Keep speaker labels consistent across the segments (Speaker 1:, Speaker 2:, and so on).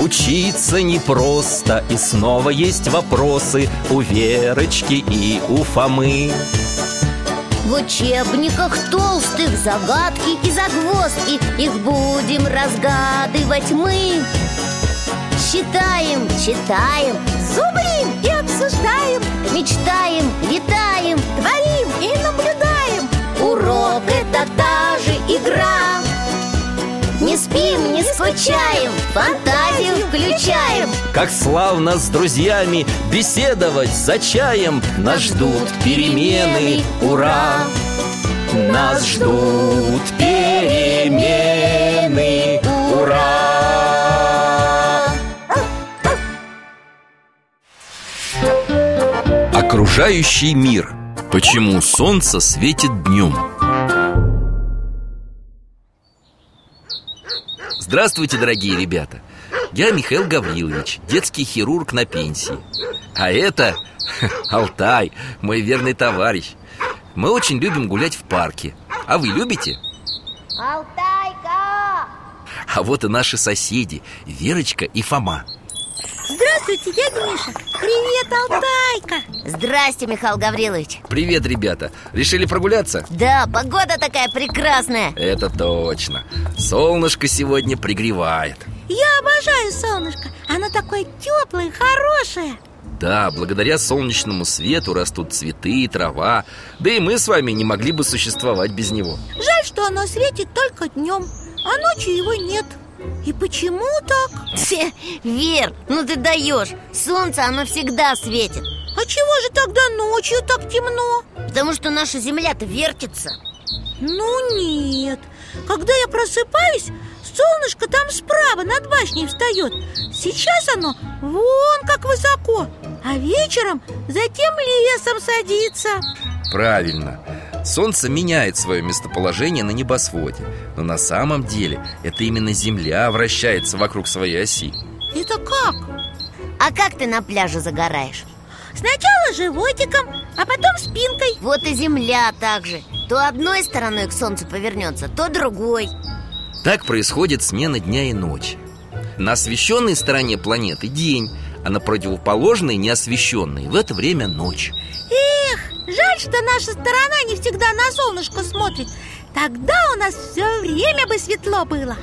Speaker 1: учиться непросто И снова есть вопросы у Верочки и у Фомы
Speaker 2: В учебниках толстых загадки и загвоздки Их будем разгадывать мы Считаем, читаем, зубрим и обсуждаем Мечтаем, летаем, творим и наблюдаем Урок это та же игра Не спим, не скучаем, фантазию включаем
Speaker 1: Как славно с друзьями беседовать за чаем Нас ждут перемены, ура! Нас ждут перемены, ура! Окружающий мир Почему солнце светит днем? Здравствуйте, дорогие ребята! Я Михаил Гаврилович, детский хирург на пенсии А это Алтай, мой верный товарищ Мы очень любим гулять в парке А вы любите?
Speaker 2: Алтайка!
Speaker 1: А вот и наши соседи, Верочка и Фома
Speaker 3: Здравствуйте, дядя Миша Привет, Алтайка
Speaker 2: Здрасте, Михаил Гаврилович
Speaker 1: Привет, ребята! Решили прогуляться?
Speaker 2: Да, погода такая прекрасная
Speaker 1: Это точно Солнышко сегодня пригревает
Speaker 3: Я обожаю солнышко Оно такое теплое, хорошее
Speaker 1: Да, благодаря солнечному свету растут цветы, трава Да и мы с вами не могли бы существовать без него
Speaker 3: Жаль, что оно светит только днем А ночью его нет И почему так?
Speaker 2: Тьфе, Вер, ну ты даешь Солнце, оно всегда светит
Speaker 3: А чего же тогда ночью так темно?
Speaker 2: Потому что наша земля-то вертится
Speaker 3: Ну нет Когда я просыпаюсь, солнышко там справа над башней встает Сейчас оно вон как высоко А вечером за тем лесом садится
Speaker 1: Правильно Солнце меняет свое местоположение на небосводе Но на самом деле это именно Земля вращается вокруг своей оси
Speaker 3: Это как?
Speaker 2: А как ты на пляже загораешь?
Speaker 3: Сначала животиком, а потом спинкой
Speaker 2: Вот и земля также То одной стороной к солнцу повернется, то другой
Speaker 1: Так происходит смена дня и ночи На освещенной стороне планеты день А на противоположной, неосвещенной, в это время ночь
Speaker 3: Эх, жаль, что наша сторона не всегда на солнышко смотрит Тогда у нас все время бы светло было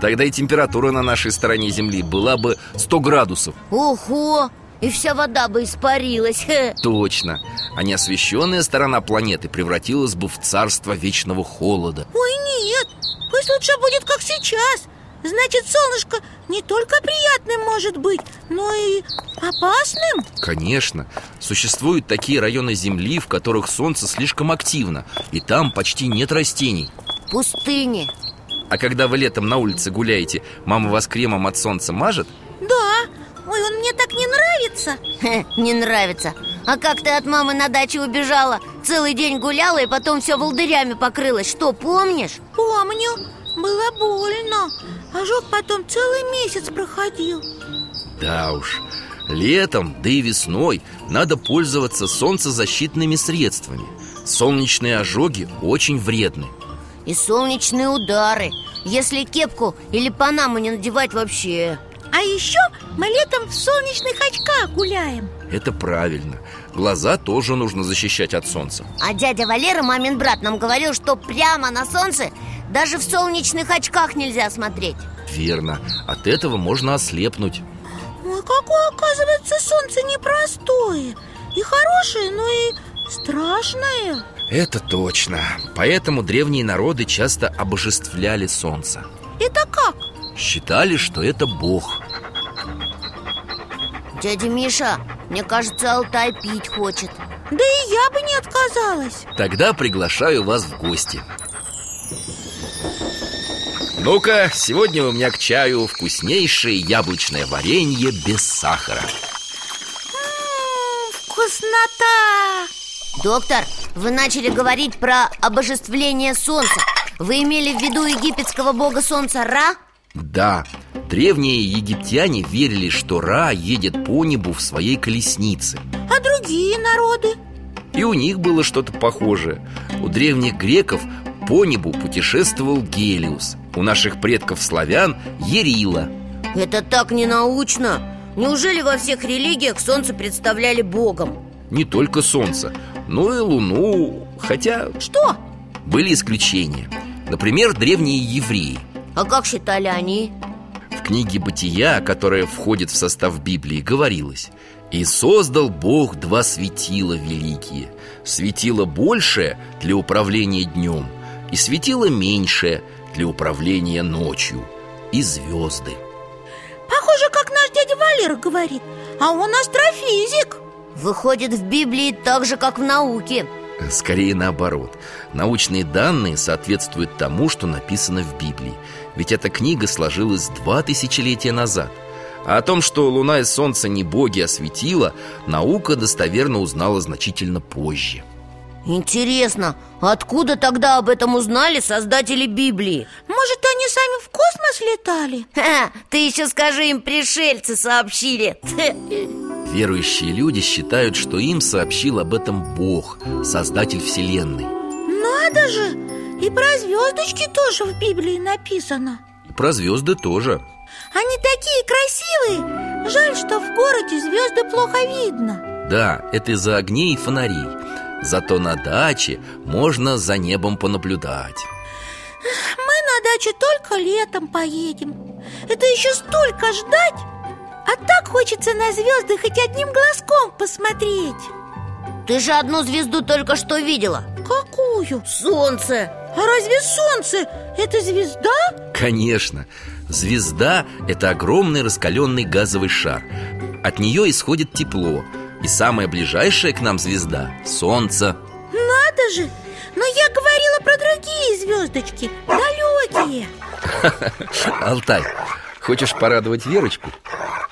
Speaker 1: Тогда и температура на нашей стороне Земли была бы 100 градусов
Speaker 2: Ого, и вся вода бы испарилась Хе.
Speaker 1: Точно А неосвещенная сторона планеты превратилась бы в царство вечного холода
Speaker 3: Ой, нет, пусть лучше будет как сейчас Значит, солнышко не только приятным может быть, но и опасным
Speaker 1: Конечно, существуют такие районы Земли, в которых солнце слишком активно И там почти нет растений
Speaker 2: Пустыни
Speaker 1: А когда вы летом на улице гуляете, мама вас кремом от солнца мажет?
Speaker 3: Да, ой, он мне так не нравится
Speaker 2: Хе, Не нравится А как ты от мамы на даче убежала? Целый день гуляла и потом все волдырями покрылась Что, помнишь?
Speaker 3: Помню, было больно Ожог потом целый месяц проходил
Speaker 1: Да уж, летом, да и весной надо пользоваться солнцезащитными средствами Солнечные ожоги очень вредны
Speaker 2: И солнечные удары Если кепку или панаму не надевать вообще
Speaker 3: А еще мы летом в солнечных очках гуляем
Speaker 1: Это правильно Глаза тоже нужно защищать от солнца
Speaker 2: А дядя Валера, мамин брат, нам говорил, что прямо на солнце даже в солнечных очках нельзя смотреть
Speaker 1: Верно, от этого можно ослепнуть
Speaker 3: Ой, какое, оказывается, солнце непростое И хорошее, но и страшное
Speaker 1: Это точно Поэтому древние народы часто обожествляли солнце
Speaker 3: Это как?
Speaker 1: Считали, что это бог
Speaker 2: Дядя Миша, мне кажется, Алтай пить хочет
Speaker 3: Да и я бы не отказалась
Speaker 1: Тогда приглашаю вас в гости Ну-ка, сегодня у меня к чаю вкуснейшее яблочное варенье без сахара
Speaker 3: М, Вкуснота!
Speaker 2: Доктор, вы начали говорить про обожествление солнца Вы имели в виду египетского бога солнца Ра?
Speaker 1: Да, древние египтяне верили, что Ра едет по небу в своей колеснице
Speaker 3: А другие народы?
Speaker 1: И у них было что-то похожее У древних греков по небу путешествовал Гелиус У наших предков славян – Ерила
Speaker 2: Это так ненаучно Неужели во всех религиях солнце представляли богом?
Speaker 1: Не только солнце, но и луну Хотя
Speaker 3: Что?
Speaker 1: были исключения Например, древние евреи
Speaker 2: А как считали они?
Speaker 1: В книге «Бытия», которая входит в состав Библии, говорилось «И создал Бог два светила великие Светило большее для управления днем И светило меньшее для управления ночью И звезды»
Speaker 3: Похоже, как наш дядя Валера говорит А он астрофизик
Speaker 2: Выходит, в Библии так же, как в науке
Speaker 1: Скорее наоборот Научные данные соответствуют тому, что написано в Библии Ведь эта книга сложилась два тысячелетия назад А о том, что Луна и Солнце не боги, а светила Наука достоверно узнала значительно позже
Speaker 2: Интересно, откуда тогда об этом узнали создатели Библии?
Speaker 3: Может, они сами в космос летали?
Speaker 2: Ха, ты еще скажи им, пришельцы сообщили
Speaker 1: Верующие люди считают, что им сообщил об этом Бог, Создатель Вселенной
Speaker 3: Надо же! И про звездочки тоже в Библии написано
Speaker 1: И Про звезды тоже
Speaker 3: Они такие красивые Жаль, что в городе звезды плохо видно
Speaker 1: Да, это из-за огней и фонарей Зато на даче можно за небом понаблюдать
Speaker 3: Мы на дачу только летом поедем Это еще столько ждать А так хочется на звезды хоть одним глазком посмотреть
Speaker 2: Ты же одну звезду только что видела
Speaker 3: Какую?
Speaker 2: Солнце
Speaker 3: А разве солнце это звезда?
Speaker 1: Конечно, звезда – это огромный раскаленный газовый шар От нее исходит тепло И самая ближайшая к нам звезда – Солнце
Speaker 3: Надо же! Но я говорила про другие звездочки, далекие
Speaker 1: Алтай, хочешь порадовать Верочку?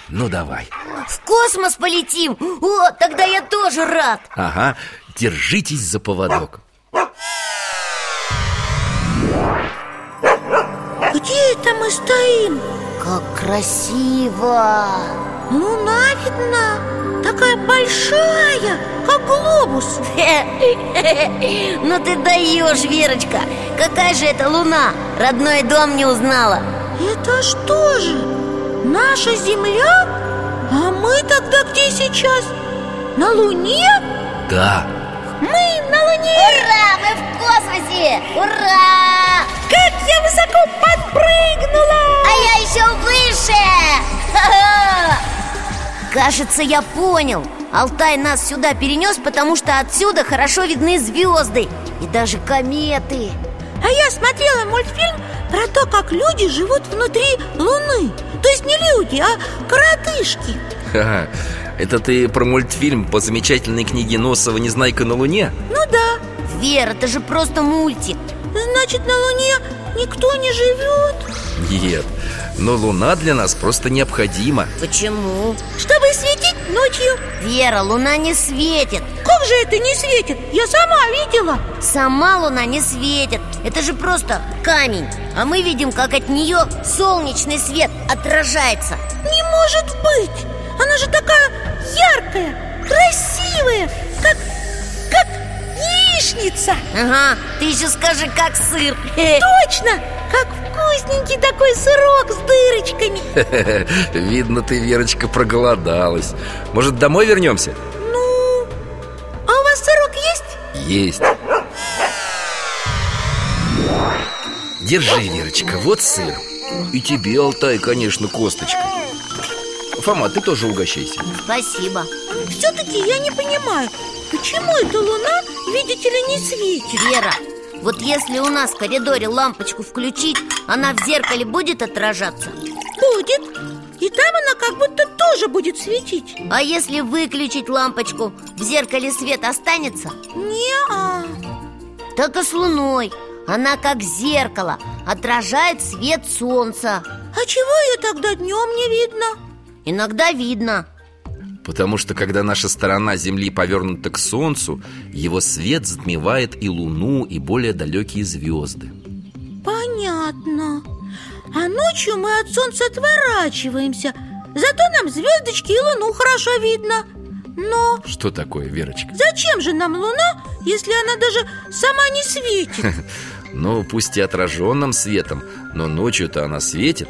Speaker 1: Ну давай
Speaker 2: В космос полетим О, тогда я тоже рад
Speaker 1: Ага, держитесь за поводок
Speaker 3: Где это мы стоим?
Speaker 2: Как красиво
Speaker 3: Луна видна, Ну, такая большая, как глобус
Speaker 2: Ну ты даешь, Верочка Какая же это луна? Родной дом не узнала
Speaker 3: Это что же, наша Земля? А мы тогда где сейчас? На Луне?
Speaker 1: Да,
Speaker 3: Мы на Луне!
Speaker 2: Ура, мы в космосе! Ура!
Speaker 3: Как я высоко подпрыгнула!
Speaker 2: А я еще выше! Кажется, я понял Алтай нас сюда перенес, потому что отсюда хорошо видны звезды И даже кометы
Speaker 3: А я смотрела мультфильм про то, как люди живут внутри Луны То есть не люди, а коротышки
Speaker 1: Ха-ха. это ты про мультфильм по замечательной книге Носова «Незнайка на Луне»?
Speaker 3: Ну да,
Speaker 2: Вера, это же просто мультик
Speaker 3: значит на Луне никто не живет
Speaker 1: Нет, но Луна для нас просто необходима
Speaker 2: Почему?
Speaker 3: Чтобы светить ночью
Speaker 2: Вера, луна не светит
Speaker 3: Как же это не светит? Я сама видела
Speaker 2: Сама луна не светит Это же просто камень А мы видим, как от нее солнечный свет отражается
Speaker 3: Не может быть! Она же такая яркая, красивая, как, как яичница
Speaker 2: Ага, ты еще скажи, как сыр
Speaker 3: Точно, как вкусненький такой сырок с дырочками
Speaker 1: Видно, ты, Верочка, проголодалась Может, домой вернемся?
Speaker 3: Ну, а у вас сырок есть?
Speaker 1: Есть Держи, Верочка, вот сыр И тебе, Алтай, конечно, косточка Фома, ты тоже угощайся
Speaker 2: Спасибо
Speaker 3: Все-таки я не понимаю, почему эта луна, видите ли, не светит?
Speaker 2: Вера, вот если у нас в коридоре лампочку включить, она в зеркале будет отражаться?
Speaker 3: Будет. И там она как будто тоже будет светить.
Speaker 2: А если выключить лампочку, в зеркале свет останется?
Speaker 3: Не-а.
Speaker 2: Так и с луной Она как зеркало, отражает свет солнца
Speaker 3: А чего ее тогда днем не видно?
Speaker 2: Иногда видно
Speaker 1: Потому что, когда наша сторона Земли повернута к Солнцу Его свет затмевает и Луну, и более далекие звезды
Speaker 3: Понятно. А ночью мы от солнца отворачиваемся. Зато нам звездочки и луну хорошо видно. Но
Speaker 1: Что такое, Верочка?
Speaker 3: зачем же нам луна, если она даже сама не светит?
Speaker 1: Ну, пусть и отраженным светом, но ночью-то она светит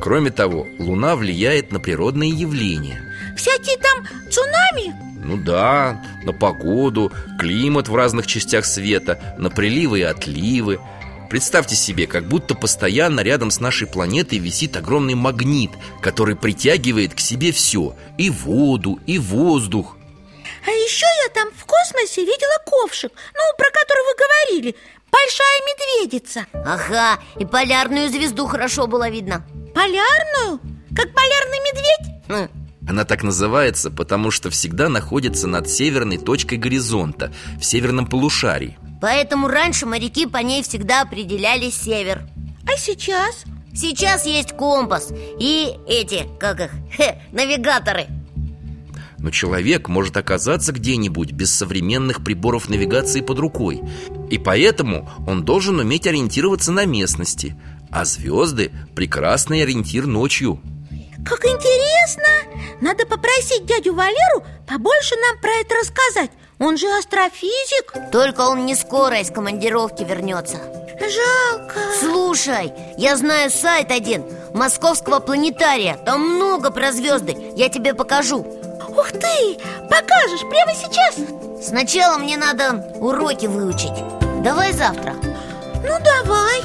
Speaker 1: Кроме того, Луна влияет на природные явления
Speaker 3: Всякие там цунами?
Speaker 1: Ну да, на погоду, климат в разных частях света, на приливы и отливы Представьте себе, как будто постоянно рядом с нашей планетой висит огромный магнит, который притягивает к себе все – и воду, и воздух
Speaker 3: А еще я там в космосе видела ковшик Ну, про который вы говорили Большая медведица
Speaker 2: Ага, и полярную звезду хорошо было видно
Speaker 3: Полярную? Как полярный медведь?
Speaker 2: Хм,
Speaker 1: Она так называется, потому что всегда находится над северной точкой горизонта, в северном полушарии
Speaker 2: Поэтому раньше моряки по ней всегда определяли север
Speaker 3: А сейчас?
Speaker 2: Сейчас есть компас и эти, как их, хе, навигаторы
Speaker 1: Но человек может оказаться где-нибудь без современных приборов навигации под рукой И поэтому он должен уметь ориентироваться на местности А звезды – прекрасный ориентир ночью
Speaker 3: Как интересно! Надо попросить дядю Валеру побольше нам про это рассказать Он же астрофизик
Speaker 2: Только он не скоро из командировки вернется
Speaker 3: Жалко
Speaker 2: Слушай, я знаю сайт один Московского планетария Там много про звезды, я тебе покажу
Speaker 3: Ух ты! Покажешь прямо сейчас?
Speaker 2: Сначала мне надо уроки выучить Давай завтра
Speaker 3: Ну давай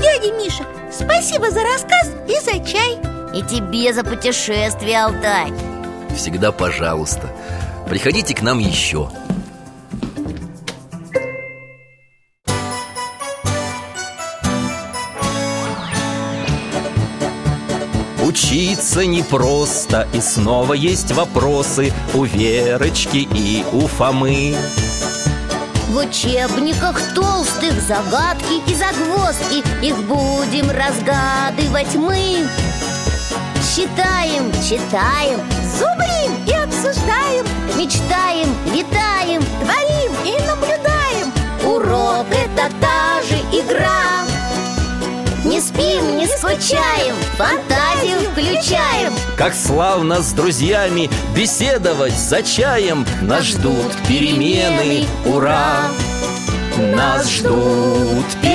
Speaker 3: Дядя Миша, спасибо за рассказ и за чай
Speaker 2: И тебе за путешествие, Алтай
Speaker 1: Всегда пожалуйста Приходите к нам еще Учиться непросто И снова есть вопросы У Верочки и у Фомы
Speaker 2: В учебниках толстых загадки и загвоздки Их будем разгадывать мы Считаем, читаем,
Speaker 3: Зубрим и обсуждаем,
Speaker 2: мечтаем, витаем
Speaker 3: творим и наблюдаем
Speaker 2: Урок это та же игра Не спим, не скучаем, фантазию включаем
Speaker 1: Как славно с друзьями Беседовать за чаем Нас ждут перемены, ура! Нас ждут перемены